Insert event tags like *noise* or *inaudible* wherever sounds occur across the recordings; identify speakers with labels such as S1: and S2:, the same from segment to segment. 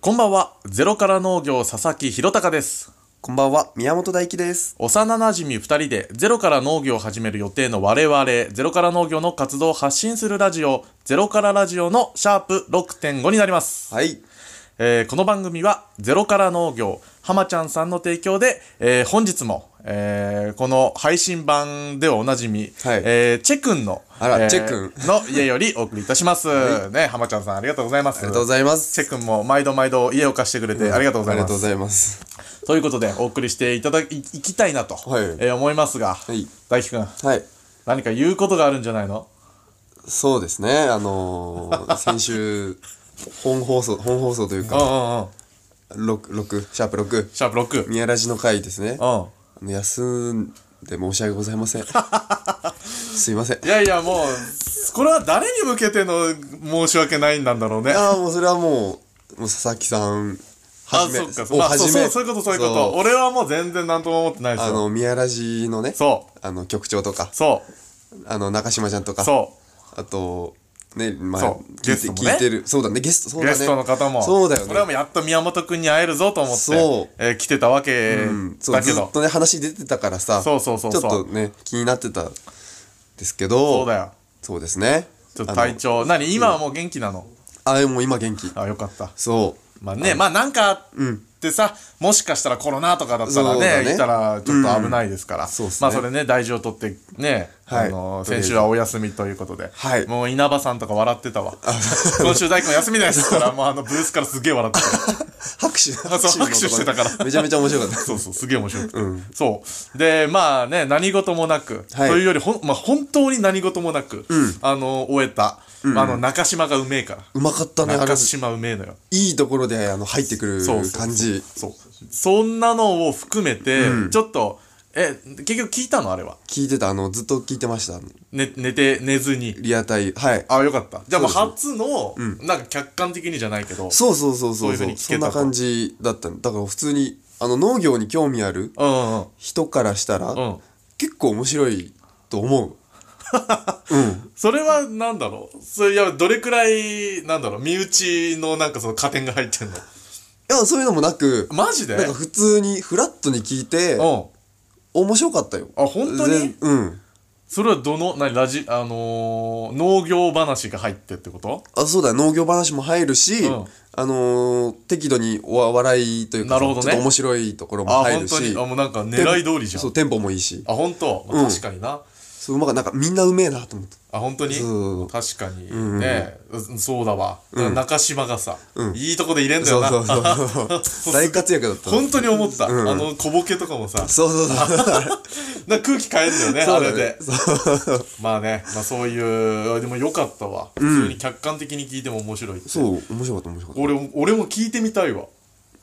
S1: こんばんは、ゼロから農業佐々木弘隆です。
S2: こんばんは、宮本大輝です。
S1: 幼馴染み2人でゼロから農業を始める予定の我々、ゼロから農業の活動を発信するラジオ、ゼロからラジオのシャープ6.5になります。
S2: はい。
S1: えーこの番組は、ゼロから農業、浜ちゃんさんの提供で、えー本日も、えーこの配信版ではおなじみ、
S2: はい
S1: えーチェ君の、
S2: あら
S1: えー
S2: チェ君
S1: の家よりお送りいたし
S2: *laughs*
S1: ます。ね、浜ちゃんさんありがとうございます。
S2: ありがとうございます。
S1: チェ君も毎度毎度家を貸してくれてありがとうござい
S2: あ
S1: ま
S2: りがとう
S1: す
S2: ご。ざいます。
S1: ということでお送りしていただいいきたいなと、
S2: はい
S1: えー思いますが、
S2: い
S1: 大輝くん
S2: はい。
S1: 何か言うことがあるんじゃないの
S2: そうですね、あの
S1: *laughs*
S2: ー、先週、本放送、本放送という
S1: うんう
S2: か、
S1: んうん
S2: 六六シャープ6、
S1: シャープ6
S2: 宮ラジの回ですね。あ
S1: うん
S2: の休んで申し訳ございませ
S1: *laughs*
S2: ん。すいません
S1: い。やいやもうこれは誰に向けての申し訳ないんなんだろうねあ
S2: *laughs* ああ、もうそれはもう、もう佐々木さん、は
S1: そっかそ
S2: お
S1: う,、まあ、
S2: は
S1: そう
S2: じ
S1: そ
S2: め
S1: うそういうことそういうこと
S2: そう
S1: 俺はもう全然何とも思ってないです
S2: あ
S1: よ
S2: の、宮ラジのね、
S1: そう
S2: あの、局長とか、
S1: そう
S2: あの、中島ちゃんとか、
S1: そ
S2: あと、ね、まあ
S1: そう、
S2: 聞
S1: ゲ
S2: い
S1: ス
S2: て、
S1: トもね
S2: 聞いてる。そうだね、ゲスト、そううだね。
S1: ゲストの方も
S2: そうだよ
S1: 俺は
S2: ね。
S1: もうやっと宮本君に会えるぞと思って
S2: そう
S1: えー来てたわけ
S2: うん、そう
S1: だけ
S2: ず
S1: ど、
S2: っとね、話出てたからさ、
S1: そうそうそうそう
S2: ちょっとね、気になってたですけど、
S1: そうだよ
S2: そうですね。
S1: ちょっと
S2: あの
S1: 体調何今はもう元気なの、
S2: あ、でもう今元気。
S1: あよかった
S2: そう。
S1: まあね、まあなんかあってさ、もしかしたらコロナとかだったら
S2: そうだ
S1: ね、
S2: ね
S1: いたらちょっと危ないですから、
S2: そうっす
S1: ま
S2: ね
S1: あそれね、大事を取ってね、
S2: はい
S1: あのー
S2: とりあえ
S1: 先
S2: ず
S1: 週はお休みということで、
S2: はい
S1: もう稲葉さんとか笑ってたわ。今週大工も休みないです
S2: *laughs*
S1: から、もうあのブースからすげえ笑ってた。
S2: 拍手、拍
S1: *laughs* そう拍手してたから
S2: めちゃめちゃ面白かった。
S1: そうそう、すげえ面白くて。そう。で、まあね、何事もなく、
S2: はい
S1: というよりほん、まあ本当に何事もなく、あのー終えた、あの中島がうめえから。
S2: うまかったね、あれ
S1: 中。島うめえのよ。
S2: いいところで、あの、入ってくる
S1: そうそうそう
S2: 感じ。
S1: そう。そんなのを含めて、ちょっと、え、結局聞いたのあれは。
S2: 聞いてた、あの、ずっと聞いてました。
S1: 寝、寝て、寝ずに。
S2: リアタイ。はい。
S1: あ、よかった。じゃあもう
S2: そう
S1: 初の、なんか客観的にじゃないけど、
S2: そうそうそう
S1: そう
S2: そ
S1: いうふ
S2: う
S1: う
S2: そ
S1: に
S2: う。
S1: 聞け
S2: そ
S1: た
S2: ん
S1: と
S2: な感じだったのだから普通に、あの、農業に興味ある
S1: うんうんうん。
S2: 人からしたら、
S1: ん
S2: 結構面白い
S1: *laughs*
S2: と思う。
S1: それはなんだろうそれ、いや、どれくらい、なんだろう身内のなんかその加点が入ってんの
S2: いや、そういうのもなく、
S1: マジで
S2: なんか普通にフラットに聞いて
S1: う、ん。
S2: 面白かったよ。
S1: あ本当に
S2: 全うん。
S1: それはどの、なに、ラジ、あのー農業話が入ってってこと
S2: あ、そうだ、農業話も入るし、
S1: うん
S2: あのー適度にお笑いというか、
S1: なるほどね
S2: ちょっと面白いところも
S1: あ、
S2: 入
S1: 本
S2: る
S1: 当
S2: し
S1: に。あ、、もうなんか狙い通りじゃ。
S2: そうんテンポもいいし、
S1: あ、本当、まあ確かにな。
S2: そううまかなんかみんなうめえなと思って。
S1: あ本当に
S2: そう
S1: 確かにね、うんそうだわ、中島がさ、いいとこで入れんだ
S2: そ
S1: よ
S2: う
S1: な
S2: そうそうそう。 *laughs* 大活躍だった。
S1: 本当に思った、あの小ボケとかもさ
S2: そうそうそう。
S1: なんか空気変えんだよね
S2: そ
S1: あ
S2: うだ
S1: れ
S2: ね
S1: で *laughs* まあね、まあ、そういうでもよかったわ、普通に客観的に聞いても面白いって
S2: そう、面白かった、面白かっ
S1: 俺も俺も聞いてみたいわ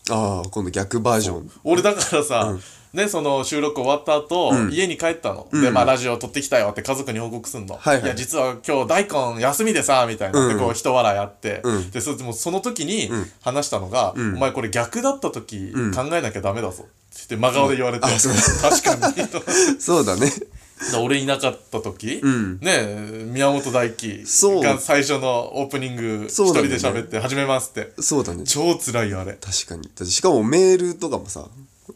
S2: た。ああ、今度逆バージョン。
S1: 俺だからさ、ね、その収録終わった後、家に帰ったの、で、まあ、ラジオ撮ってきたよって家族に報告すんの、
S2: はいはい
S1: や実は今日大根休みでさみたいな、でこう人笑いあって、でそもうその時に話したのが、お前これ逆だった時、考えなきゃダメだぞって言って真顔で言われて、
S2: うんあそう
S1: *laughs* 確かにだか
S2: そうだね。
S1: ら俺いなかった時、
S2: ん
S1: ね宮本大輝
S2: そう
S1: が最初のオープニング一
S2: そうだ
S1: 人
S2: ね
S1: で喋って始めますって、
S2: そうだね。
S1: 超辛いよあれ
S2: 確かにだってしかもメールとかもさ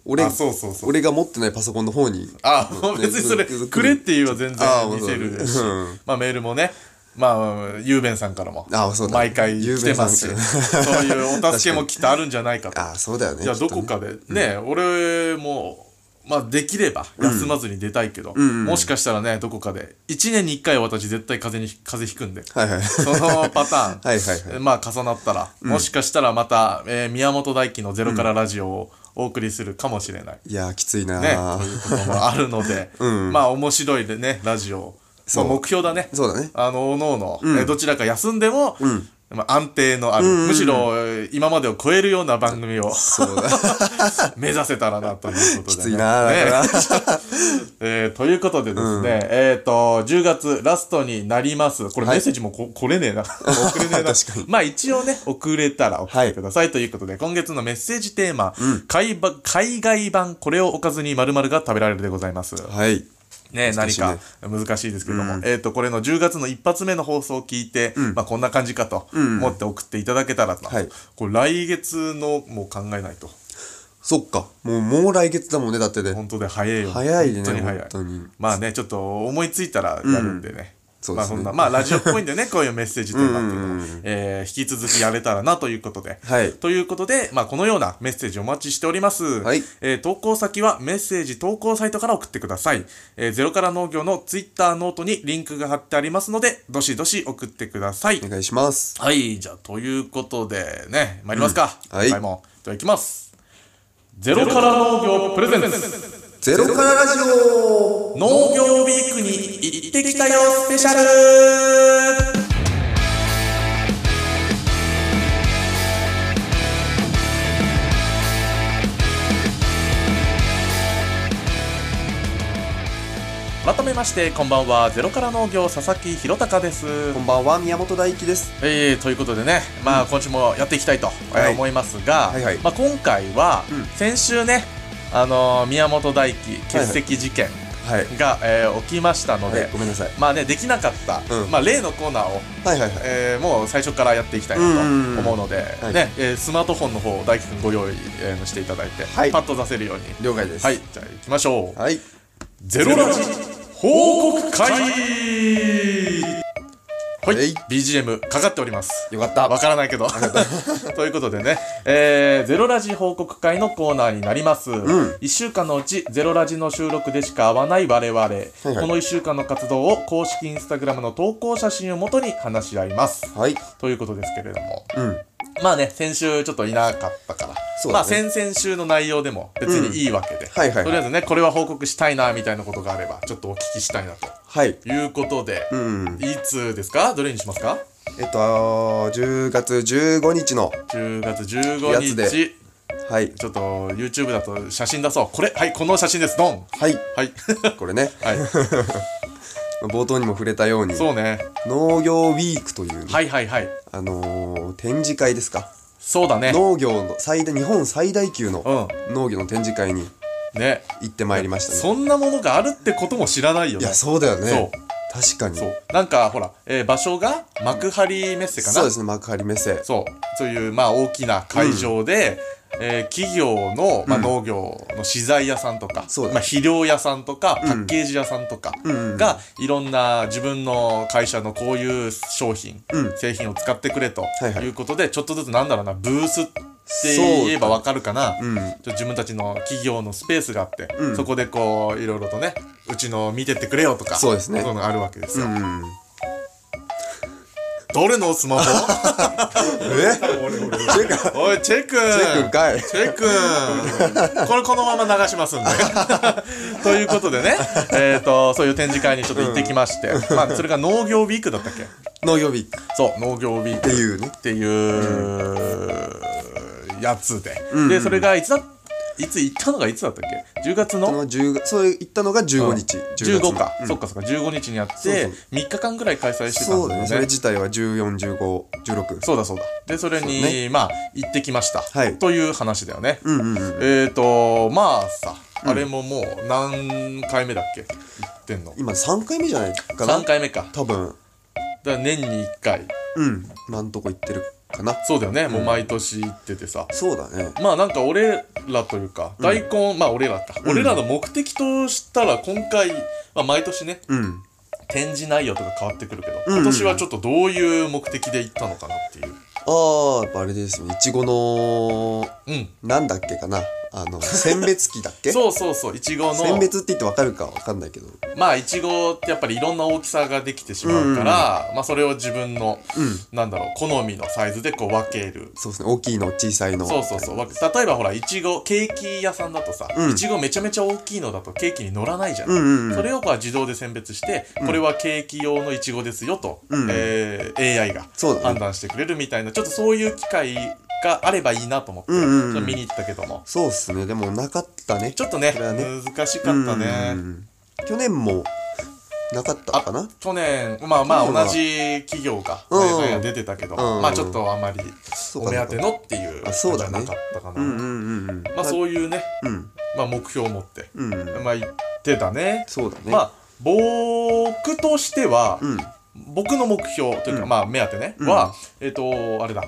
S2: 俺
S1: あそうそうそう
S2: 俺が持ってないパソコンの方に
S1: あ、
S2: ね
S1: 別にそれ、
S2: ずっと
S1: くれっていうは全
S2: あ
S1: 然見せるし
S2: そうだねう、
S1: まあメールもね、まあ、ゆうべんさんからも
S2: あそう、だね
S1: 毎回来てますし、
S2: ゆうべん
S1: そういうお助けもきっとあるんじゃないか
S2: *laughs*
S1: と。
S2: ああそうだよね
S1: じゃあどこかで、ね、俺も、まあできれば休まずに出たいけど、もしかしたらね、どこかで、1年に1回は私絶対風邪に、風邪ひくんで。
S2: はいはい
S1: そのパターン
S2: *laughs* はいはいはい
S1: まあ重なったら、もしかしたらまた、えー宮本大輝の「ゼロからラジオ」をお送りするかもしれない、
S2: いやーきついな
S1: ね、
S2: ー
S1: ということもあるので、まあ面白いでねラジオまあ
S2: う
S1: 目標だね
S2: そうだね
S1: あのおのおの、えどちらか休んでも、まあ、安定のある、むしろえー今までを超えるような番組を
S2: そうだ
S1: *laughs* 目指せたらなということで、ね、
S2: きついなーだから、
S1: *laughs* えーということでですね、えっ、と、10月ラストになります。これメ
S2: はい
S1: ッセージもこ、来れね
S2: *laughs*
S1: えな。送れねえな。
S2: 確かに
S1: まあ一応ね、送れたら送ってください、ということで、今月のメッセージテーマ、海ば海外版これをおかずに〇〇が食べられるでございます。
S2: はい
S1: ね、
S2: 難
S1: 何
S2: しいね
S1: か難しいですけども、えっ、と、これの10月の一発目の放送を聞いて、まあこんな感じかと思って送っていただけたらと、
S2: はい
S1: これ来月のもう考えないと。
S2: そっか。もう、もう来月だもんね、だってね。
S1: 本当で早いよ。
S2: 早いね
S1: 本当に早い
S2: 本。当に
S1: まあね、ちょっと思いついたらやるんでね。
S2: そう
S1: ま
S2: で
S1: あ
S2: すね
S1: そんな、まあラジオっぽいんで
S2: *laughs*
S1: ね、こういうメッセージテーマっていうのも、えー引き続きやれたらなということで。
S2: はい
S1: ということで、まあこのようなメッセージお待ちしております。
S2: はい
S1: えー投稿先はメッセージ投稿サイトから送ってください。えーゼロから農業のツイッターノートにリンクが貼ってありますので、どしどし送ってください
S2: お。願いします。
S1: はい、じゃあ、ということでね、参りますか。
S2: うんはい
S1: 今回も。では、いきます。ゼロから農業プレゼンツ。
S2: ゼロからラジオ
S1: 農業ウィークに行ってきたよスペシャル改めましてこんばんはゼロから農業佐々木弘隆です
S2: こんばんは、宮本大輝です。
S1: えー、ということでね、まあ、今週もやっていきたいとえー
S2: はい
S1: 思いますが、
S2: はいはい
S1: まあ、今回は
S2: うん
S1: 先週ね、あのー宮本大輝欠席事件
S2: はい。
S1: が、えー起きましたので、
S2: はい、ごめんなさい。
S1: まあね、できなかった、
S2: うん
S1: まあ、例のコーナーを、
S2: はいはいはい。
S1: えーもう最初からやっていきたいな
S2: うんうんうん
S1: と思うので、
S2: はい
S1: ねえースマートフォンの方を大輝くんご用意、えーしていただいて、
S2: はい
S1: パッと出せるように。
S2: 了解です。
S1: はい、。じゃあ行きましょう。
S2: はい。
S1: ゼロラジ報告会はい、
S2: はい
S1: BGM かかっております。
S2: よかった。
S1: わからない
S2: *laughs*
S1: けど。ということでね、えーゼロラジ報告会のコーナーになります。一
S2: ん
S1: 1週間のうち、ゼロラジの収録でしか会わない我々、
S2: い
S1: この1週間の活動を公式インスタグラムの投稿写真をもとに話し合います。
S2: はい。
S1: ということですけれども。
S2: うん。
S1: まあね、先週ちょっといなかったから。
S2: そう
S1: まあ
S2: だね
S1: 先々週の内容でも別にいいわけで。
S2: はいはいはい
S1: とりあえずね、これは報告したいな、みたいなことがあれば、ちょっとお聞きしたいな、と
S2: はい。
S1: いうことで。
S2: うん。
S1: いつですかどれにしますか
S2: えっと、10月15日の、
S1: 10月
S2: や
S1: 15
S2: つで
S1: 日
S2: はい。
S1: ちょっと YouTube だと写真出そうこれはいこの写真ですドン
S2: はい。
S1: はい *laughs*
S2: これね、
S1: はい
S2: 冒頭にも触れたように、
S1: そうね
S2: 農業ウィークという、
S1: はいはいはい
S2: あのー、展示会ですか。
S1: そうだね
S2: 農業の最大、日本最大級の農業の展示会に
S1: ね
S2: 行ってまいりましたね。
S1: そんなものがあるってことも知らないよ
S2: い
S1: ね
S2: や、そうだよ
S1: そう
S2: ね。確かに。
S1: そうなんかほら、えー場所が幕張メッセかな
S2: そうですね、幕張メッセ。
S1: そうそういうまあ大きな会場で、えー企業の、まあ、
S2: うん
S1: 農業の資材屋さんとか、
S2: そうだ
S1: まあ、肥料屋さんとか、
S2: ん
S1: パッケージ屋さんとか
S2: うんうん
S1: が、いろんな自分の会社のこういう商品、
S2: うん
S1: 製品を使ってくれと
S2: いはい
S1: いうことで、ちょっとずつなんだろうな、ブースって言えばわかるかな。
S2: うん。
S1: ちょ自分たちの企業のスペースがあって、
S2: うん
S1: そこでこういろいろとねうちの見てってくれよとか
S2: そうですね
S1: いうのがあるわけですよ、
S2: うん。
S1: どれのスマホ *laughs*
S2: えてか、
S1: おいチェック
S2: チェックかい。
S1: チェックこれこのまま流しますんで。 *laughs* ということでね、えっ、と、そういう展示会にちょっと行ってきまして、まあ、それが農業ウィークだったっけ
S2: 農業ウィークっ
S1: そう、農業ウィー
S2: て
S1: ク
S2: いうね。
S1: っていう、やつで、で、それがいつだ、いつ行ったのがいつだったっけ ?10 月
S2: そ
S1: の
S2: の10月、そう行ったのが15日。
S1: 15
S2: 10月
S1: か、
S2: うん
S1: そっかそっか、15日にやって、
S2: そうそう
S1: 3日間ぐらい開催してた
S2: そ
S1: んだ
S2: うだ
S1: よ
S2: ね。
S1: ね。
S2: それ自体は14、15、16。
S1: そうだそうだ。で、それに、
S2: そうね
S1: まあ、行ってきました。
S2: はい
S1: という話だよね。
S2: うんうんうん。
S1: えーと、まあさ、あれももう何回目だっけ言ってんの
S2: 今3回目じゃないかな
S1: ?3 回目か。
S2: 多分。
S1: だから年に1回。
S2: うん。今んとこ行ってるかな。
S1: そうだよね、もう毎年行っててさ。
S2: そうだね。
S1: まあなんか俺らというか、大根、まあ俺らか、俺らの目的としたら今回、まあ毎年ね、
S2: うん。
S1: 展示内容とか変わってくるけど、
S2: うんうん
S1: 今年はちょっとどういう目的で行ったのかなっていう。
S2: あー、やっぱあれですね。いちごの、
S1: うん。
S2: なんだっけかな。あの、選別期だっけ
S1: そうそうそう、いちご
S2: 選
S1: の、
S2: 別って言ってわかるかわかんないけど。
S1: まあいちごってやっぱりいろんな大きさができてしまうから、まあそれを自分の、
S2: うん。
S1: なんだろう、好みのサイズでこう分ける。
S2: そうですね。大きいの、小さいの。
S1: そうそうそう。わ例えばほら、いちご、ケーキ屋さんだとさ、
S2: うん
S1: いちごめちゃめちゃ大きいのだとケーキに乗らないじゃ
S2: うん
S1: ん。
S2: うんうん。
S1: それをこう自動で選別して、これはケーキ用のいちごですよと、
S2: うん
S1: えー AI が
S2: そうだ
S1: 判
S2: ね。
S1: 断してくれるみたいな、ちょっとそういう機会があればいいなと思って、
S2: うんうんうん
S1: それ見に行ったけども。
S2: そうっすね。でもなかったね。
S1: ちょっとね
S2: それはね
S1: 難しかったね。
S2: うん去年もなかったかな
S1: 去年、まあま
S2: 去年は
S1: あ同じ企業が、
S2: うんうん
S1: ねが出てたけど、
S2: うんうん
S1: まあちょっとあまり
S2: そう
S1: お
S2: か
S1: 目
S2: な
S1: 当てのっていう
S2: あそうだね
S1: なかったかな。
S2: うんうんうんうん
S1: まあそういうね、
S2: うん
S1: まあ、目標を持って、
S2: うん
S1: まあ、言ってたね。
S2: そうだね
S1: まあ、僕としては、
S2: うん。
S1: 僕の目標というか、
S2: うん
S1: まあ目当てね、
S2: うん
S1: はえっ、とあれだ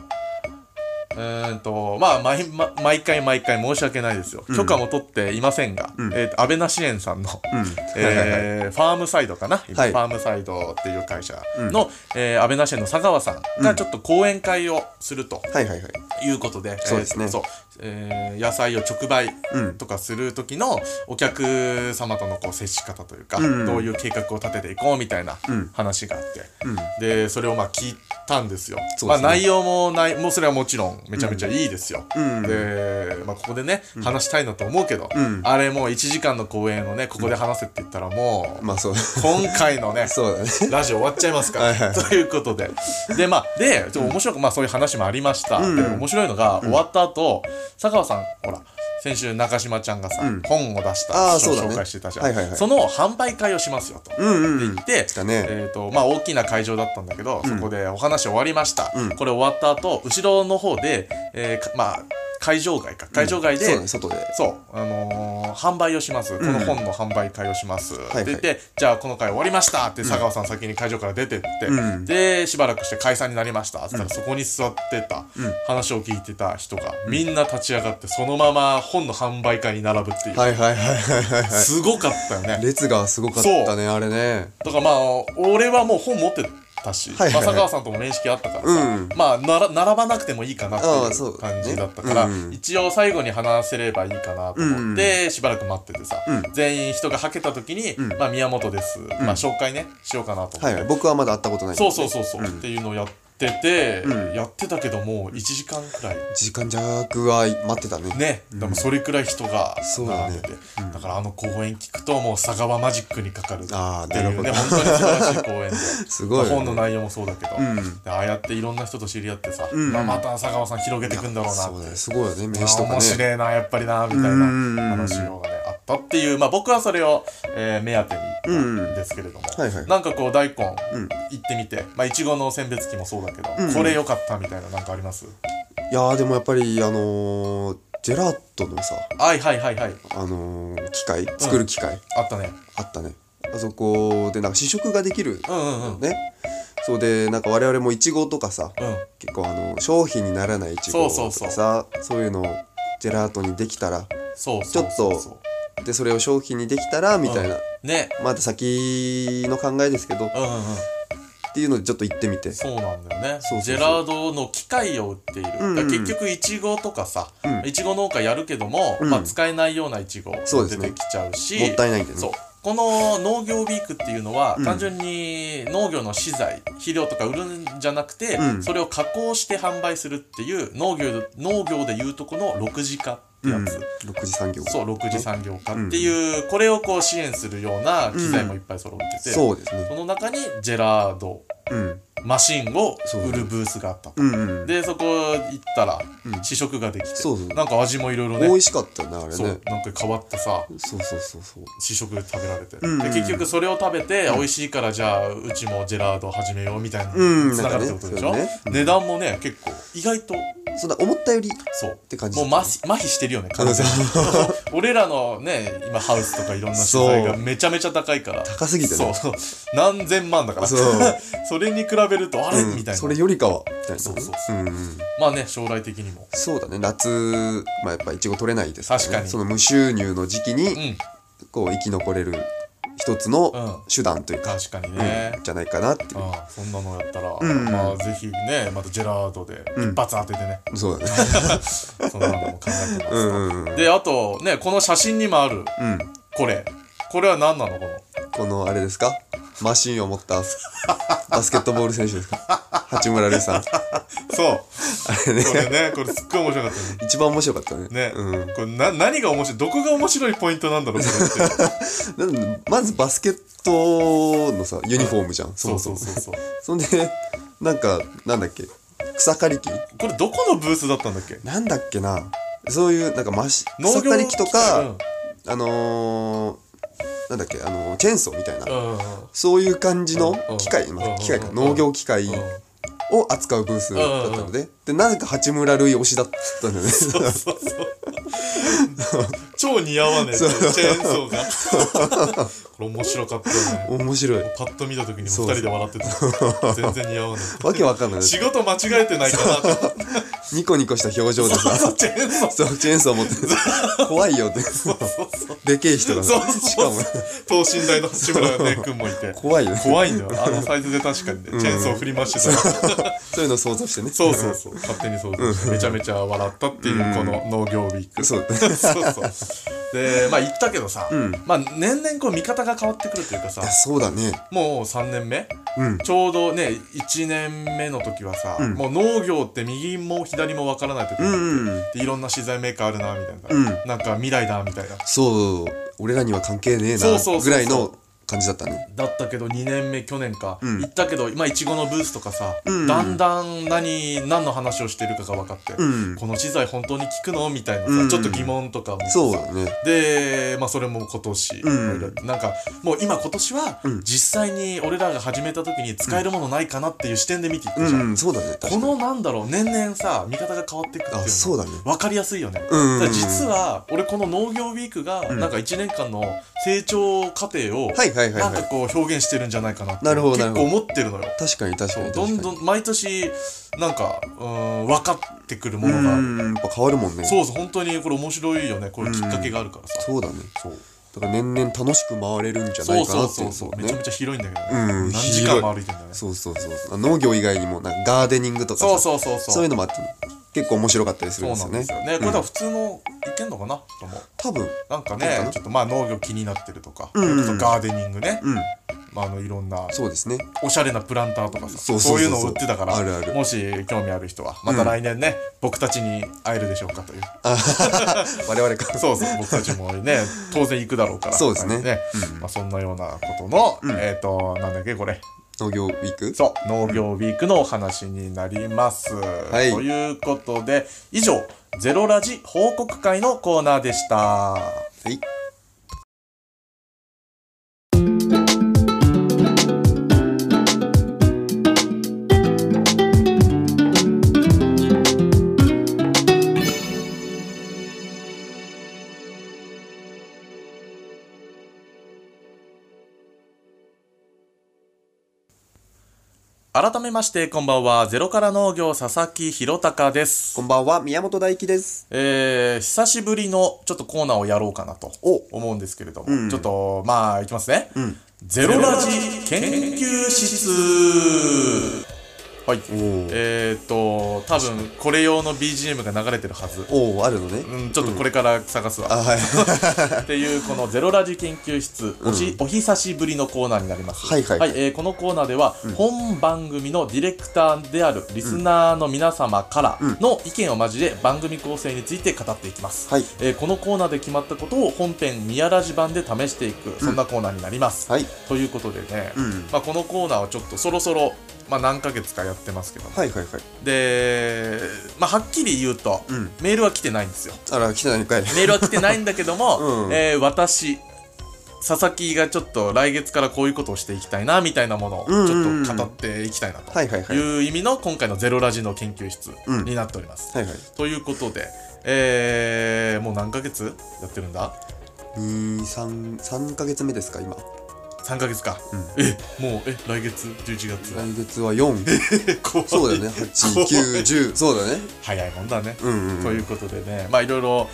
S1: うーんとまあ毎ま毎回毎回申し訳ないですよ、
S2: うん
S1: 許可も取っていませんが、
S2: うん
S1: えーと安倍梨園さんの、
S2: うん。はいはいはい。
S1: えーファームサイドかな、今
S2: はい
S1: ファームサイドっていう会社の、えー安倍梨園の佐川さんがちょっと講演会をすると
S2: はいはいはい。
S1: いうことで、
S2: そうですね
S1: えーそうえー野菜を直売
S2: うん。
S1: とかする時のお客様とのこう接し方というか、
S2: うん
S1: どういう計画を立てていこうみたいな
S2: うん
S1: 話があって、
S2: うん。
S1: でそれをまあ聞いたんですよ
S2: そう
S1: ま
S2: で
S1: あ、
S2: すね
S1: 内容もないもうそれはもちろんめちゃめちゃいいですよ、
S2: うん
S1: で、まあ、ここでね、話したいなと思うけど、
S2: うん
S1: あれもう1時間の公演をねここで話せって言ったらもう、
S2: まあそう。 *laughs*
S1: 今回のね
S2: そうだね。
S1: *laughs* ラジオ終わっちゃいますか
S2: はいはい
S1: ら。
S2: はい
S1: ということで。で、まあ、で、ちょっと面白く、まあそういう話もありました。
S2: うん
S1: で、面白いのが、終わった後、佐川さん、ほら、先週中島ちゃんがさ、
S2: うん
S1: 本を出した、
S2: あー
S1: 書を
S2: そうだね
S1: 紹介してたじゃん、
S2: はいはいはい
S1: その販売会をしますよと。
S2: うんうんうん。
S1: で、
S2: だね
S1: えっ、と、まあ大きな会場だったんだけど、
S2: ん
S1: そこでお話終わりました。
S2: うん
S1: これ終わった後、後ろの方で、えーかまあ、会場外か。会場外で、
S2: そうだね、外で。
S1: そう、あのー販売をします、この本の販売会をします、
S2: いはい
S1: って言って、じゃあこの会終わりましたって佐川さん先に会場から出てって、
S2: うん
S1: でしばらくして解散になりましたって言ったら、そこに座ってた、話を聞いてた人がみんな立ち上がってそのまま本の販売会に並ぶっていう、
S2: はいはいはいはいはいは
S1: すごかったよね
S2: い。列がすごかったね、あれね。
S1: だからまあ俺はもう本持ってたし、
S2: はいはいはい
S1: まあ佐川さんとも面識あったからさ、
S2: うん
S1: まあなら並ばなくてもいいかなって
S2: ああ
S1: い
S2: そううだね
S1: 感じだったから、
S2: うん
S1: 一応最後に話せればいいかなと思って、しばらく待っててさ、
S2: うん
S1: 全員人がはけた時に、
S2: ん
S1: まあ宮本です、まあ紹介ねしようかなと思って、
S2: はいはい。僕はまだ会ったことないんだ
S1: そ
S2: よ
S1: う
S2: ね。
S1: そうそうそう、
S2: ん
S1: っていうのをやってて、
S2: うん
S1: やってたけどもう1時間くらい
S2: 時間弱は待ってたね。
S1: ね、でもそれくらい人が
S2: そうだ
S1: 並ん
S2: ね
S1: でてだ,、からあの公演聞くともう佐川マジックにかかるっていうね
S2: あ
S1: 本当
S2: ーなるほど
S1: に素晴らしい公演で。
S2: すごいよね。
S1: 本の内容もそうだけど、
S2: ん
S1: でああやっていろんな人と知り合ってさ、
S2: ん
S1: まあ、また佐川さん広げていくんだろうな
S2: そ
S1: っ
S2: うだ
S1: て
S2: ね、すごいよね、名
S1: あ
S2: 刺と
S1: あ
S2: か
S1: 面
S2: ね。
S1: 白いなやっぱりなみたいな
S2: うんうんうん
S1: 話の方がねあったっていう、まあ、僕はそれを、えー目当てに行ったんですけれども、
S2: はいはい
S1: なんかこう大根行
S2: うん
S1: ってみてまあいちごの選別機もそうだけど、
S2: うんうん
S1: これ良かったみたいななんかあります
S2: いやーでもやっぱりあのー、ジェラートのさ、
S1: はいはいはいはい
S2: あのー、機械作る機械、
S1: あったね
S2: あったね。あそこでなんか試食ができる
S1: うんうんうんうん
S2: ね。そうでなんか我々もイチゴとかさ、結構あの商品にならないイチゴ
S1: そう
S2: と
S1: そうそう
S2: かさ、そういうのをジェラートにできたら、
S1: そうそうそうそう
S2: ちょでそれを商品にできたらみたいな。
S1: ね
S2: まだ先の考えですけど、っ
S1: うんうんうん
S2: ていうのでちょっと行ってみて。
S1: そうなんだよね
S2: そうそうそう
S1: ジェラードの機械を売っている、
S2: うんうん
S1: だから結局いちごとかさ
S2: うん
S1: いちご農家やるけども、
S2: うん
S1: まあ、使えないようないちご
S2: そうで
S1: 出
S2: す
S1: て
S2: ね
S1: きちゃうし
S2: もったいないんだよね
S1: そうこの農業ウィークっていうのは、
S2: うん
S1: 単純に農業の資材肥料とか売るんじゃなくて、
S2: うん
S1: それを加工して販売するっていう農業農業でいうとこの6次化ってやつ、
S2: うん、6次産業。
S1: そう6次産業化っていう、これをこう支援するような機材もいっぱい揃ってて、
S2: そうですね。
S1: その中にジェラード
S2: うん。
S1: マシンを売るブースがあったと、
S2: うんうん。
S1: でそこ行ったら
S2: うん
S1: 試食ができて、
S2: そうそう
S1: なんか味もいろいろね
S2: 美味しかったよねあれ
S1: そう
S2: ね
S1: なんか変わってさ
S2: そうそうそうそう
S1: 試食食べられて、
S2: うんうん
S1: で結局それを食べて、美味しいからじゃあうちもジェラード始めようみたいな
S2: うん
S1: つながるってことでしょ、
S2: なんかねそうだねうん
S1: 値段もね結構意外と
S2: そんな思ったより
S1: そうって
S2: 感じ
S1: もう麻痺麻痺してるよね完全に *laughs* 俺らのね今ハウスとかいろんな資材が
S2: そう
S1: めちゃめちゃ高いから
S2: 高すぎてね
S1: そうそう何千万だから
S2: そう
S1: *laughs* それに比べるとあれ、
S2: うん
S1: みたいな
S2: それよりかはみたいな
S1: そうそうそ
S2: んん
S1: まあね将来的にも
S2: そうだね夏まあやっぱいちご取れないですからね
S1: 確かに
S2: その無収入の時期
S1: う
S2: に
S1: ん
S2: こう生き残れる一つ
S1: うん
S2: の手段というか、
S1: 確かに
S2: うん
S1: ね、
S2: じゃないかなっていう、
S1: ああそんなのやったら、
S2: ん
S1: まあぜひねまたジェラードで
S2: うん
S1: 一発当ててね、
S2: そうだね
S1: そんなのも考えてます、
S2: *laughs* うんうんうん
S1: であとねこの写真にもある
S2: うん
S1: これこれは何なのこの
S2: このあれですかマシンを
S1: *laughs*
S2: 持ったバスケットボール選手ですか八村塁さん
S1: *laughs* そう
S2: あれね
S1: これねこれすっごい面白かったね
S2: 一番面白かったね
S1: ね、
S2: うん
S1: これな何が面白いどこが面白いポイントなん
S2: *laughs*
S1: だろうこれって
S2: なんでまずバスケットのさユニフォームじゃん、そ
S1: そう
S2: も
S1: そ
S2: そうも
S1: そうそう
S2: そんでなんかなんだっけ草刈り機
S1: これどこのブースだったんだっけ
S2: なんだっけなそういうなんかマシ
S1: 農業
S2: 草刈り機と
S1: うん
S2: か、あのー、なんだっけあのーチェーンソーみたいな、
S1: うんうんうん
S2: そういう感じの
S1: うん
S2: 機械、
S1: うん
S2: まあ機械か
S1: うん
S2: 農業機械
S1: うん
S2: を扱うブースだったので、でなぜか八村塁推しだったんだよね
S1: そうそうそう。超似合わねえっていうチェーンソーが。 *laughs* これ面白かったよね。
S2: *laughs* 面白い
S1: パッと見た時にも二人で笑ってた。全然似合わね
S2: わけわかんない
S1: え。仕事間違えてないかなと思っ
S2: ニコニコした表情でさ
S1: た。チェーンソー。
S2: そうチェーンソー持って怖いよって
S1: そうそう。
S2: でけえ人が
S1: そう
S2: さし
S1: そ
S2: か
S1: う
S2: も
S1: そう。等身大の八村ね、君もいて。
S2: 怖いよね
S1: 怖いんだよ。あのサイズで確かにね。チェーンソー振り回してたら。
S2: そういうのを想像してね
S1: そうそう
S2: *laughs*
S1: そう。勝手に想像して。めちゃめちゃ笑ったっていう、この農業ウィーク。
S2: そう
S1: そうそう。で、まあ言ったけどさ、まあ年々こう見方が変わってくるというかさ
S2: あ、そうだね
S1: もう3年目、
S2: うん
S1: ちょうどね、1年目の時はさ、もう農業って右も左もわからない時、
S2: うんうん
S1: でいろんな資材メーカーあるな、みたいな、
S2: うん
S1: なんか未来だ、みたいな。
S2: そう俺らには関係ねえ
S1: そうそうそう
S2: な
S1: そう
S2: ぐらいの感じだったね
S1: だったけど2年目去年か、
S2: うん
S1: 行ったけど今いちごのブースとかさ、
S2: うん
S1: だんだん何何の話をしてるかが分かって、
S2: うん
S1: この資材本当に効くのみたいなさ、
S2: うん
S1: ちょっと疑問とかもさ
S2: そうだね
S1: で、まあ、それも今年、
S2: う
S1: なんかもう今今年は
S2: うん
S1: 実際に俺らが始めた時に使えるものないかなっていう視点で見ていくじゃん、
S2: うんそうだね確か
S1: こ
S2: に
S1: のなんだろう年々さ見方が変わっていくっていう
S2: あ
S1: の
S2: そうだね
S1: 分かりやすいよね、
S2: うん
S1: だから実は俺この農業ウィークがなんか1年間の成長過程を
S2: はいはいはい
S1: なん
S2: は
S1: か
S2: い
S1: こう表現してるんじゃないかなって
S2: なるほど
S1: 結
S2: なる
S1: 構
S2: ほ
S1: 思ってるのよ
S2: 確かに確かに確
S1: ど
S2: かに
S1: んどん毎年なんかうーん分かってくるも
S2: う
S1: のがある
S2: んやっぱ変わるもんね
S1: そうそう本当にこれ面白いよねこういうきっかけがあるからさ
S2: そうだね
S1: そう
S2: だから年々楽しく回れるんじゃな
S1: そ
S2: いうか
S1: そ
S2: な
S1: う
S2: って
S1: そ
S2: いう
S1: うそう
S2: ね
S1: めちゃめちゃ広いんだけど
S2: うん
S1: ね何時間も歩いてんだね
S2: そうそうそう農業以外にもなんかガーデニングとかさ
S1: そうそうそうそう
S2: そういうのもあって結構面白かったりするんです
S1: そう
S2: よ
S1: なんで
S2: ね
S1: すよねこれだから普通のいけんのかなと思う
S2: 多分
S1: なんか
S2: どうか
S1: ね
S2: な
S1: ちょっとまあ農業気になってるとかそ
S2: ん
S1: れこそガーデニングね
S2: うん
S1: まああのいろんな
S2: そうですね
S1: おしゃれなプランターとかさ
S2: そ
S1: そうう
S2: そうそうそう
S1: いうのを売ってたから
S2: あるある
S1: もし興味ある人はまた来年ね、僕たちに会えるでしょうかという
S2: 我々から
S1: そうそう僕たちも
S2: *laughs*
S1: ね当然行くだろうから
S2: そうですね
S1: はいまあ、そんなようなことの、えっ、となんだっけこれ
S2: 農業ウィーク
S1: そう農業ウィークのお話になります、
S2: い
S1: ということで以上「ゼロラジ報告会」のコーナーでした
S2: はい
S1: 改めましてこんばんはゼロから農業佐々木弘隆です
S2: こんばんは宮本大輝です
S1: えー、久しぶりのちょっとコーナーをやろうかなと
S2: お
S1: 思うんですけれども、
S2: うん
S1: ちょっとまあいきますね、
S2: ん
S1: ゼロラジ研究室はい
S2: ー
S1: えっ、ー、と多分これ用の BGM が流れてるはず、
S2: おおあるのね
S1: うん、ちょっとこれから探すわ、
S2: あはい
S1: っていうこの「ゼロラジ研究室おし」お久しぶりのコーナーになります
S2: はいはいはい
S1: えーこのコーナーでは、本番組のディレクターであるリスナーの皆様からの意見を交え番組構成について語っていきます、
S2: はい
S1: えーこのコーナーで決まったことを本編「ミヤラジ版」で試していくそんなコーナーになります、
S2: はい
S1: ということでね、
S2: うん
S1: まあ、このコーナーはちょっとそろそろ、まあ、何ヶ月かやってますけども
S2: はいはいはい
S1: で、まあ、はっきり言うと、
S2: うん
S1: メールは来てないんですよ
S2: あら来てないのかい
S1: メールは来てないんだけども、
S2: *laughs* うん
S1: えー私佐々木がちょっと来月からこういうことをしていきたいなみたいなものをち
S2: うんうんう
S1: ょ
S2: ん
S1: っと語っていきたいなと
S2: はいはいはい
S1: いう意味の今回の「ゼロラジ」の研究室
S2: うん
S1: になっております。
S2: はいはい
S1: ということで、えー、もう何ヶ月やってるんだ
S2: 23ヶ月目ですか今
S1: ?3 ヶ月か、えもうえ来月11月
S2: 来月は4
S1: え *laughs* 怖い
S2: そうだよね
S1: 怖い
S2: 8910そうだね
S1: 早いもんだね、
S2: うんうんうん
S1: ということでねまあいろいろ、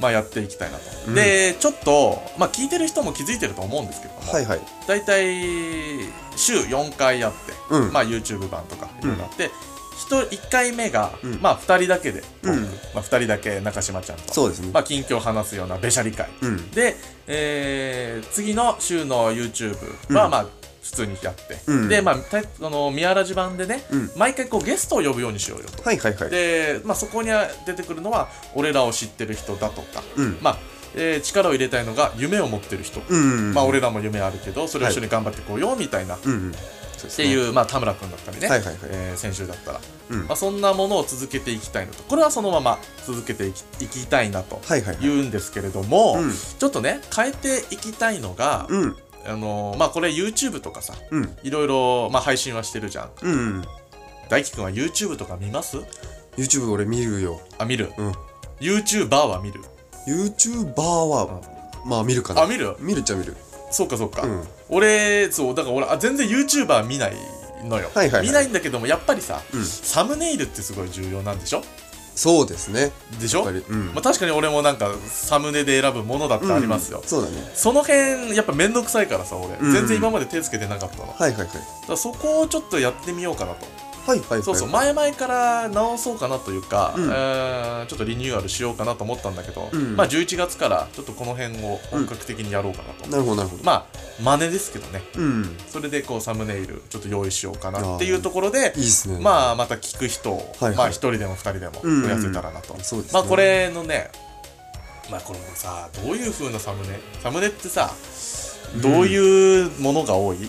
S1: まあ、やっていきたいなと、でちょっと、まあ、聞いてる人も気づいてると思うんですけれども、
S2: はいはい
S1: 大体週4回やって、
S2: うん
S1: まあ、YouTube 版とかいろいろあって、一人1回目が、
S2: うん
S1: まあ、2人だけでトーク、
S2: うん
S1: まあ、2人だけ中島ちゃんと、
S2: そうですね
S1: まあ、近況を話すようなべしゃり会、
S2: うん
S1: で、えー次の週の YouTube は、
S2: うん
S1: まあ普通にやって、
S2: うん
S1: でまあたあの宮原地版でね、
S2: うん
S1: 毎回こうゲストを呼ぶようにしようよと、
S2: はいはいはい
S1: で、まあ、そこに出てくるのは俺らを知ってる人だとか、
S2: うん
S1: まあえー力を入れたいのが夢を持ってる人、
S2: うん
S1: まあ、俺らも夢あるけどそれを一緒に頑張ってこうよみたいな、っ
S2: うんうんって
S1: いう、まあ、田村君だったりね、
S2: はいはいはい
S1: えー先週だったら、
S2: うん
S1: まあ、そんなものを続けていきたいなとこれはそのまま続けていきいきたいなと
S2: はいはいはい
S1: 言うんですけれども、
S2: うん
S1: ちょっとね変えていきたいのが、
S2: うん
S1: あのーまあ、これ YouTube とかさ
S2: うん
S1: いろいろ、まあ、配信はしてるじゃん
S2: うん
S1: 大輝くんは YouTube とか見ます
S2: YouTube 俺見るよ
S1: あ、見る。
S2: うん
S1: YouTuber は見る。
S2: YouTuber はまあ見るかな
S1: あ、見る
S2: 見るっちゃ見る
S1: そうかそうか、
S2: うん
S1: 俺そうだから俺あ全然 YouTuber 見ないのよ、
S2: はいはいはい
S1: 見ないんだけどもやっぱりさ、
S2: うん
S1: サムネイルってすごい重要なんでしょ
S2: そうですね
S1: でし
S2: やっ
S1: ょ、
S2: ぱりうん
S1: まあ、確かに俺もなんかサムネで選ぶものだってありますよ、
S2: うんそうだね
S1: その辺やっぱ面倒くさいからさ俺、
S2: ん
S1: 全然今まで手つけてなかったのだか
S2: はいはいはい
S1: らそこをちょっとやってみようかなと
S2: はいはいはい
S1: そうそう前々から直そうかなというか、
S2: うん
S1: えーちょっとリニューアルしようかなと思ったんだけど、
S2: うん
S1: まあ11月からちょっとこの辺を本格的にやろうかなと、
S2: なるほどなるほど
S1: まあ真似ですけどね
S2: うん
S1: それでこうサムネイルちょっと用意しようかなっていうところで
S2: いいっすね
S1: まあまた聞く人を、
S2: はいはい
S1: まあ一人でも二人でも
S2: うんうん
S1: 増やせたらなと、
S2: そうですね
S1: まあこれのねまあこれもさどういう風なサムネサムネってさどういうものが多い、
S2: ど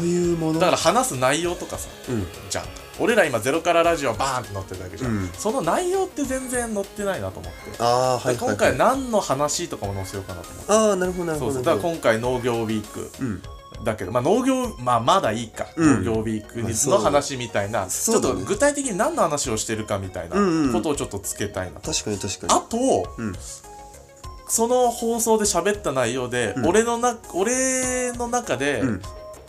S2: ういうもの
S1: だから話す内容とかさ
S2: うん
S1: じゃん俺ら今「ゼロからラジオ」バーンって載ってるだけじゃん、
S2: うん
S1: その内容って全然載ってないなと思って、
S2: ああーはいはいはい
S1: 今回何の話とかも載せようかなと思って
S2: ああなるほどなる
S1: そ
S2: ほ
S1: うそ
S2: ど
S1: う
S2: な
S1: だ
S2: る
S1: から
S2: ほど
S1: 今回農業ウィーク
S2: うん
S1: だけど、まあ、農業、まあ、まだいいか、
S2: うん
S1: 農業ウィーク
S2: まあそう
S1: の話みたいな、ちょ
S2: そ
S1: っ
S2: うだ
S1: と
S2: ね
S1: 具体的に何の話をしてるかみたいな
S2: うんうん
S1: ことをちょっとつけたいなと、
S2: 確かに確かに
S1: あと、
S2: うん
S1: その放送で喋った内容で、
S2: うん
S1: 俺のな俺の中で、
S2: うん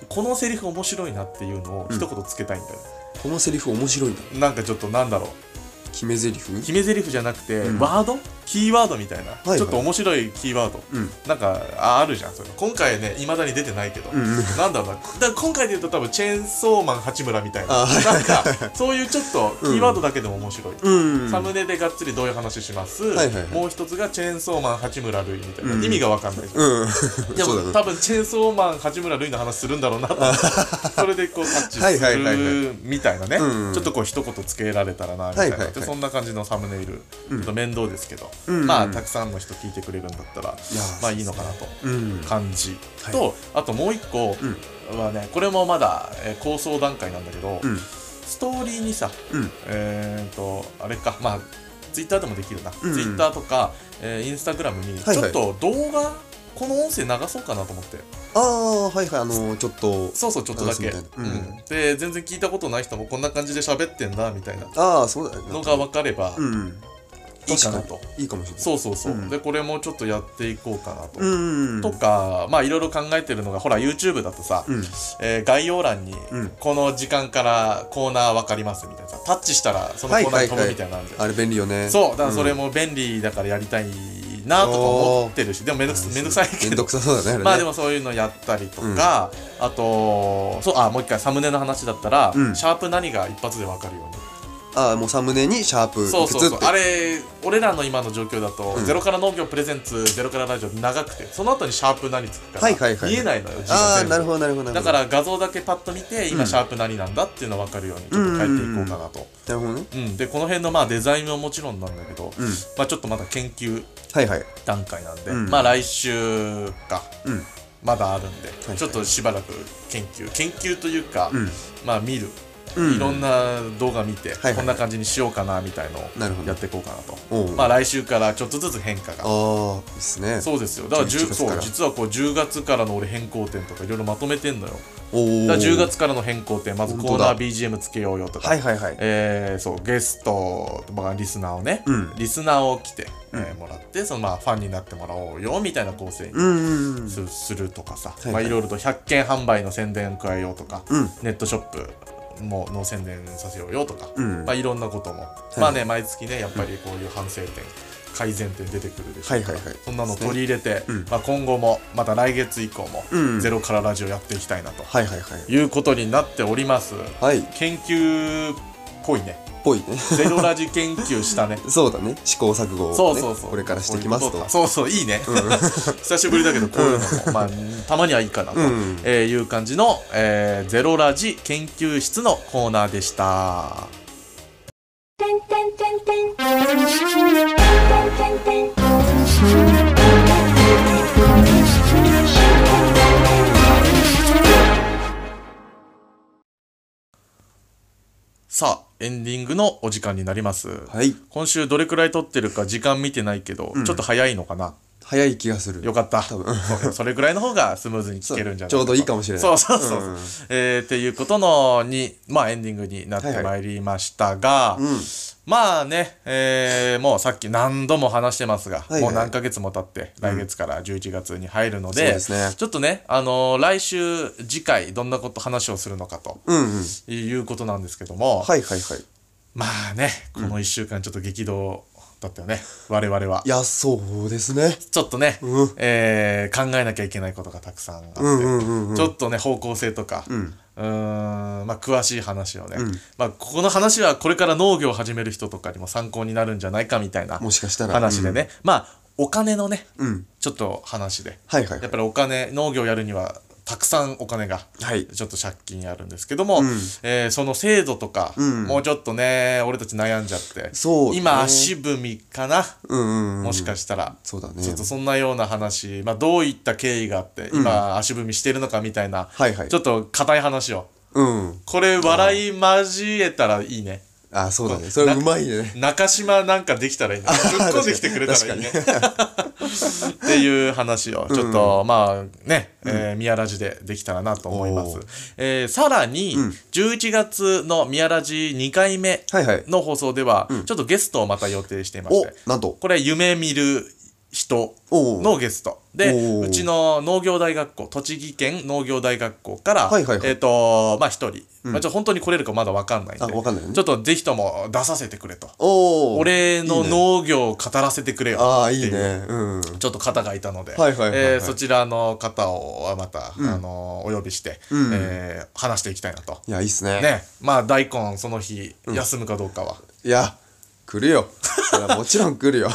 S1: このセリフ面白いなっていうのを一言つけたいんだよ、
S2: このセリフ面白いな
S1: なんかちょっとなんだろう
S2: 決め台詞
S1: 決め台詞じゃなくて、
S2: うん
S1: ワードキーワードみたいな、
S2: いはい
S1: ちょっと面白いキーワード、
S2: うん
S1: なんかああるじゃんそれ今回ねいまだに出てないけど、
S2: んうん
S1: なんだろうなだから今回で言うと多分チェーンソーマン八村みたいな
S2: あはい
S1: なんかそういうちょっとキーワードだけでも面白い、
S2: うん
S1: サムネでがっつりどういう話します、
S2: はいはいはい
S1: もう一つがチェーンソーマン八村塁みたいな、
S2: うん
S1: 意味がわ
S2: *laughs*
S1: かんないじゃん
S2: うん
S1: で
S2: そうだ
S1: も
S2: ね
S1: 多分チェーンソーマン八村塁の話するんだろうな
S2: *laughs*
S1: と思ってそれでこうタッチ
S2: はいはいはい
S1: するみたいなね
S2: うんうん
S1: ちょっとこう一言つけられたらなみたい
S2: はい
S1: な
S2: は
S1: い
S2: はい
S1: でそんな感じのサムネイルちょっと面倒ですけど
S2: うんうん
S1: まあたくさんの人聞いてくれるんだったらまあいいのかなと
S2: うん
S1: 感じ
S2: はい
S1: とあともう一個はねこれもまだえー構想段階なんだけど
S2: うん
S1: ストーリーにさ
S2: うん
S1: えー、とあれかまあツイッターでもできるな、
S2: うんうん
S1: ツイッターとか、えーインスタグラムに
S2: はい
S1: ちょ
S2: は
S1: っ
S2: い
S1: と動画、この音声流そうかなと思って
S2: ああはいはいあのーちょっと
S1: そうそうちょっとだけ、
S2: 流すみた
S1: う
S2: い
S1: ん
S2: なうん
S1: で全然聞いたことない人もこんな感じで喋ってんだみたいな
S2: ああそうだよね
S1: のが分かれば
S2: うん
S1: いいかなと、
S2: いいかもしれない
S1: そうそうそう、
S2: うん
S1: でこれもちょっとやっていこうかなと、
S2: うん
S1: とかまあいろいろ考えてるのがほら YouTube だとさ、
S2: うん
S1: えー概要欄に、
S2: うん
S1: この時間からコーナー分かりますみたいなさタッチしたらそのコーナーに飛ぶみたいなのあるじゃん
S2: あれ便利よね
S1: そうだからそれも便利だからやりたいなとか思ってるしでもめんどくさめんどくさい
S2: め
S1: け
S2: んど
S1: ど
S2: くさそうだねあれね
S1: まあでもそういうのやったりとか、あとそうあもう一回サムネの話だったら、
S2: うん
S1: シャープ何が一発で分かるように
S2: ああもうサムネにシャープ
S1: そうそう
S2: い
S1: そう
S2: くつって
S1: あれ俺らの今の状況だと「
S2: うん
S1: ゼロから農業プレゼンツゼロからラジオ」長くてその後にシャープ何つくから、
S2: はいはいはい
S1: 見えないのよ字が全
S2: ああ
S1: 部
S2: なるほどなるほどなる
S1: だ
S2: ほ
S1: か
S2: ど
S1: ら画像だけパッと見て今、
S2: うん
S1: シャープ何なんだっていうの分かるようにちょっと変えていこうかなと、
S2: なるほどね
S1: うんでこの辺のまあデザインももちろんなんだけど、
S2: うん
S1: まあ、ちょっとまだ研究
S2: はいはい
S1: 段階なんで、
S2: うん
S1: まあ来週か
S2: うん
S1: まだあるんで、
S2: はい
S1: ちょっとしばらく研究研究というか、
S2: うん
S1: まあ見る、
S2: うん
S1: いろんな動画見て、
S2: はいはい
S1: こんな感じにしようかなみたいの
S2: なる
S1: を
S2: ほど
S1: やっていこうかなと
S2: おう
S1: まあ来週からちょっとずつ変化
S2: あ
S1: が
S2: あいいっすね
S1: そうですよだから
S2: 11
S1: 10
S2: 月か
S1: そう
S2: ら
S1: 実はこう10月からの俺変更点とかいろいろまとめてんのよ
S2: おお
S1: だから10月からの変更点まずコー
S2: 本当
S1: ナ
S2: だ
S1: ー BGM つけようよとか、
S2: はいはいはい
S1: えーそうゲストとかリスナーをね、
S2: うん
S1: リスナーを来て、
S2: うん
S1: えーもらってそのまあファンになってもらおうよみたいな構成に
S2: うんうんうん
S1: す,、るとかさ、
S2: い
S1: まあ、
S2: はい
S1: いろいろと100件販売の宣伝加えようとか、
S2: うん
S1: ネットショップもの宣伝させようよとか、
S2: うん
S1: まあ、いろんなことも、
S2: い
S1: まあね毎月ねやっぱりこういう反省点改善点出てくるでしょうから、
S2: はいはいはい
S1: そんなの取り入れて、
S2: うん
S1: まあ、今後もまた来月以降も「
S2: うん
S1: ゼロからラジオ」やっていきたいなと
S2: はいはいはい
S1: いうことになっております。
S2: はい
S1: 研究っぽいね
S2: ぽいね *laughs*
S1: ゼロラジ研究したね
S2: そうだね試行錯誤をね
S1: そうそうそう
S2: これからしていきます
S1: こういう
S2: と
S1: こそうそういいね、 *laughs* 久しぶりだけどこういうのも、まあ、たまにはいいかなと、
S2: うん
S1: えーいう感じの、えーゼロラジ研究室のコーナーでした。さあエンディングのお時間になります、
S2: はい
S1: 今週どれくらい撮ってるか時間見てないけど、ちょっと早いのかな
S2: 早い気がする。
S1: よかった。
S2: 多分
S1: そうそれぐらいの方がスムーズに聞けるんじゃないかと
S2: そうちょうどいいかもしれない
S1: そうそうそうそう。
S2: うん
S1: えーっていうことのに、まあエンディングになってまいりましたが、まあね、えーもうさっき何度も話してますが、
S2: いはい
S1: もう何ヶ月も経って、来月から11月に入るので、
S2: そうですね
S1: ちょっとね、あのー来週、次回、どんなこと話をするのかと、
S2: うんうん。
S1: いうことなんですけども、
S2: はいはいはい。
S1: まあね、この1週間ちょっと激動だったよね、我々は。
S2: いや、そうですね。
S1: ちょっとね、
S2: うん
S1: えー考えなきゃいけないことがたくさんあって、
S2: うんうんうんうん
S1: ちょっとね方向性とか、
S2: ん
S1: うーんまあ、詳しい話をね、まあ、ここの話はこれから農業を始める人とかにも参考になるんじゃないかみたいな
S2: もしかしたら
S1: 話でね、まあお金のね、
S2: うん
S1: ちょっと話で、
S2: はいはいは
S1: やっ
S2: い。
S1: ぱりお金農業やるにはたくさんお金が
S2: はい。
S1: ちょっと借金あるんですけども、えーその制度とか、もうちょっとね俺たち悩んじゃって
S2: そうね
S1: 今足踏みかな、
S2: うんうんうん。
S1: もしかしたら、
S2: そうだね
S1: ちょっとそんなような話、まあ、どういった経緯があって、今足踏みしてるのかみたいな、
S2: はいはい
S1: ちょっと硬い話を
S2: うん。
S1: これ笑い交えたらいいね
S2: あ、そうだね。それうまいね。
S1: 中島なんかできたらいいねぶっこんできてくれた
S2: *laughs*
S1: らいいねっていう話をちょっと、まあね、えー宮ラジでできたらなと思いま
S2: おー
S1: す、えーさらに、11月の宮ラジ2回目
S2: はいはい
S1: の放送では、ちょっとゲストをまた予定していまし
S2: お
S1: て、
S2: なんと。
S1: これ夢見る人
S2: おう
S1: のゲストで
S2: おう
S1: うちの農業大学校栃木県農業大学校から、
S2: はいはいはい
S1: えっ、とまあ一人、まあちょっと本当に来れるかまだわかんないんで
S2: あわかんないね
S1: ちょっとぜひとも出させてくれと
S2: おお。
S1: 俺の
S2: いいね
S1: 農業を語らせてくれよっていう
S2: ああ、いいね。うん。
S1: ちょっと方がいたので、
S2: はいはいはいはい
S1: えーそちらの方をまた、あのお呼びして、えー話していきたいなと。
S2: いや、いいっすね。
S1: ね、まあ大根その日休むかどうかは、
S2: いや、来
S1: *laughs*
S2: るよ。いやもちろん来るよ。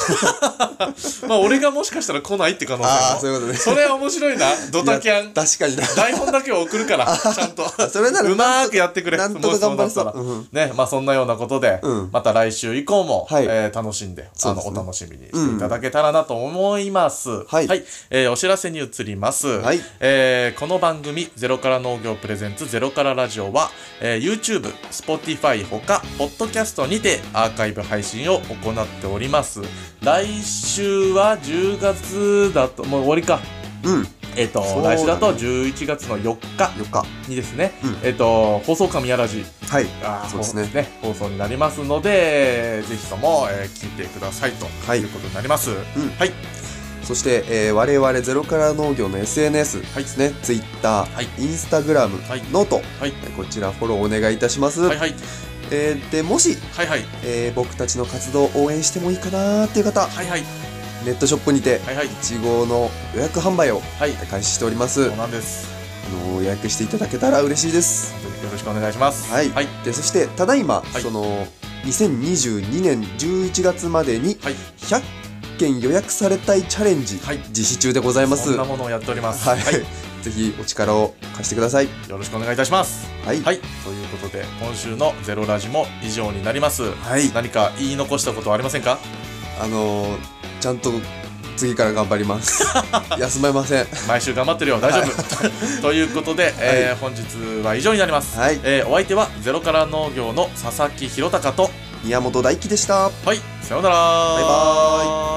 S1: まあ俺がもしかしたら来ないって可能性も
S2: あーそういうことね
S1: それは面白いなドタキャン
S2: いや確かにな。
S1: 台本だけは送るから、ちゃんと。
S2: それなら
S1: うまーくやってくれ。
S2: なんとか頑張りそう
S1: もしそうなったらね、まあそんなようなことで
S2: うん、
S1: また来週以降も、
S2: はい
S1: えー楽しんで、あ
S2: うで
S1: の、
S2: す
S1: お
S2: ね
S1: 楽しみにしていただけたらなと思います。
S2: はい
S1: えーお知らせに移ります。
S2: はい
S1: えーこの番組、ゼロから農業プレゼンツゼロからラジオは、えー YouTube、Spotify ほか、ポッドキャストにてアーカイブ配信を行っております。来週は10月だと、もう終わりか。
S2: うん。
S1: えっ、と、
S2: そうだね
S1: 来週だと11月の4日。
S2: よっか。
S1: にですね、
S2: うん
S1: えっ、と放送神やらじ
S2: はい。
S1: あー
S2: そうですね
S1: 放送になりますのでぜひとも、えー聞いてくださいと、
S2: はい
S1: い、うことになります、
S2: ん
S1: はい
S2: そして、えー我々ゼロから農業の SNS
S1: い
S2: ですね、ツイッタ
S1: はい
S2: ー、インスタグラム
S1: はい、
S2: ノート、
S1: はい
S2: こちらフォローお願いいたします。
S1: はいはい
S2: えーで、もし、
S1: はいはい
S2: えー僕たちの活動を応援してもいいかなーっていう方、
S1: はいはい
S2: ネットショップにて、
S1: はいはい
S2: いちごの予約販売を
S1: はい
S2: 開始しております。
S1: そうなんです
S2: あのー予約していただけたら嬉しいです。
S1: 本当によろしくお願いします
S2: はい
S1: はい
S2: で、そして、ただいま、
S1: はい
S2: その、2022年11月までに、
S1: はい
S2: 100件予約されたいチャレンジ、
S1: はい
S2: 実施中でございます。
S1: そんなものをやっております
S2: はい、ぜひお力を貸してください。
S1: よろしくお願いいたします
S2: はい、
S1: はいということで今週のゼロラジも以上になります
S2: はい
S1: 何か言い残したことはありませんか
S2: あのー、ちゃんと次から頑張ります。
S1: *laughs*
S2: 休まりません。
S1: 毎週頑張ってるよ大丈夫 *laughs* ということで、えー本日は以上になります、
S2: はい
S1: えーお相手はゼロから農業の佐々木弘隆と
S2: 宮本大輝でした。
S1: はいさようなら
S2: バイバ
S1: イ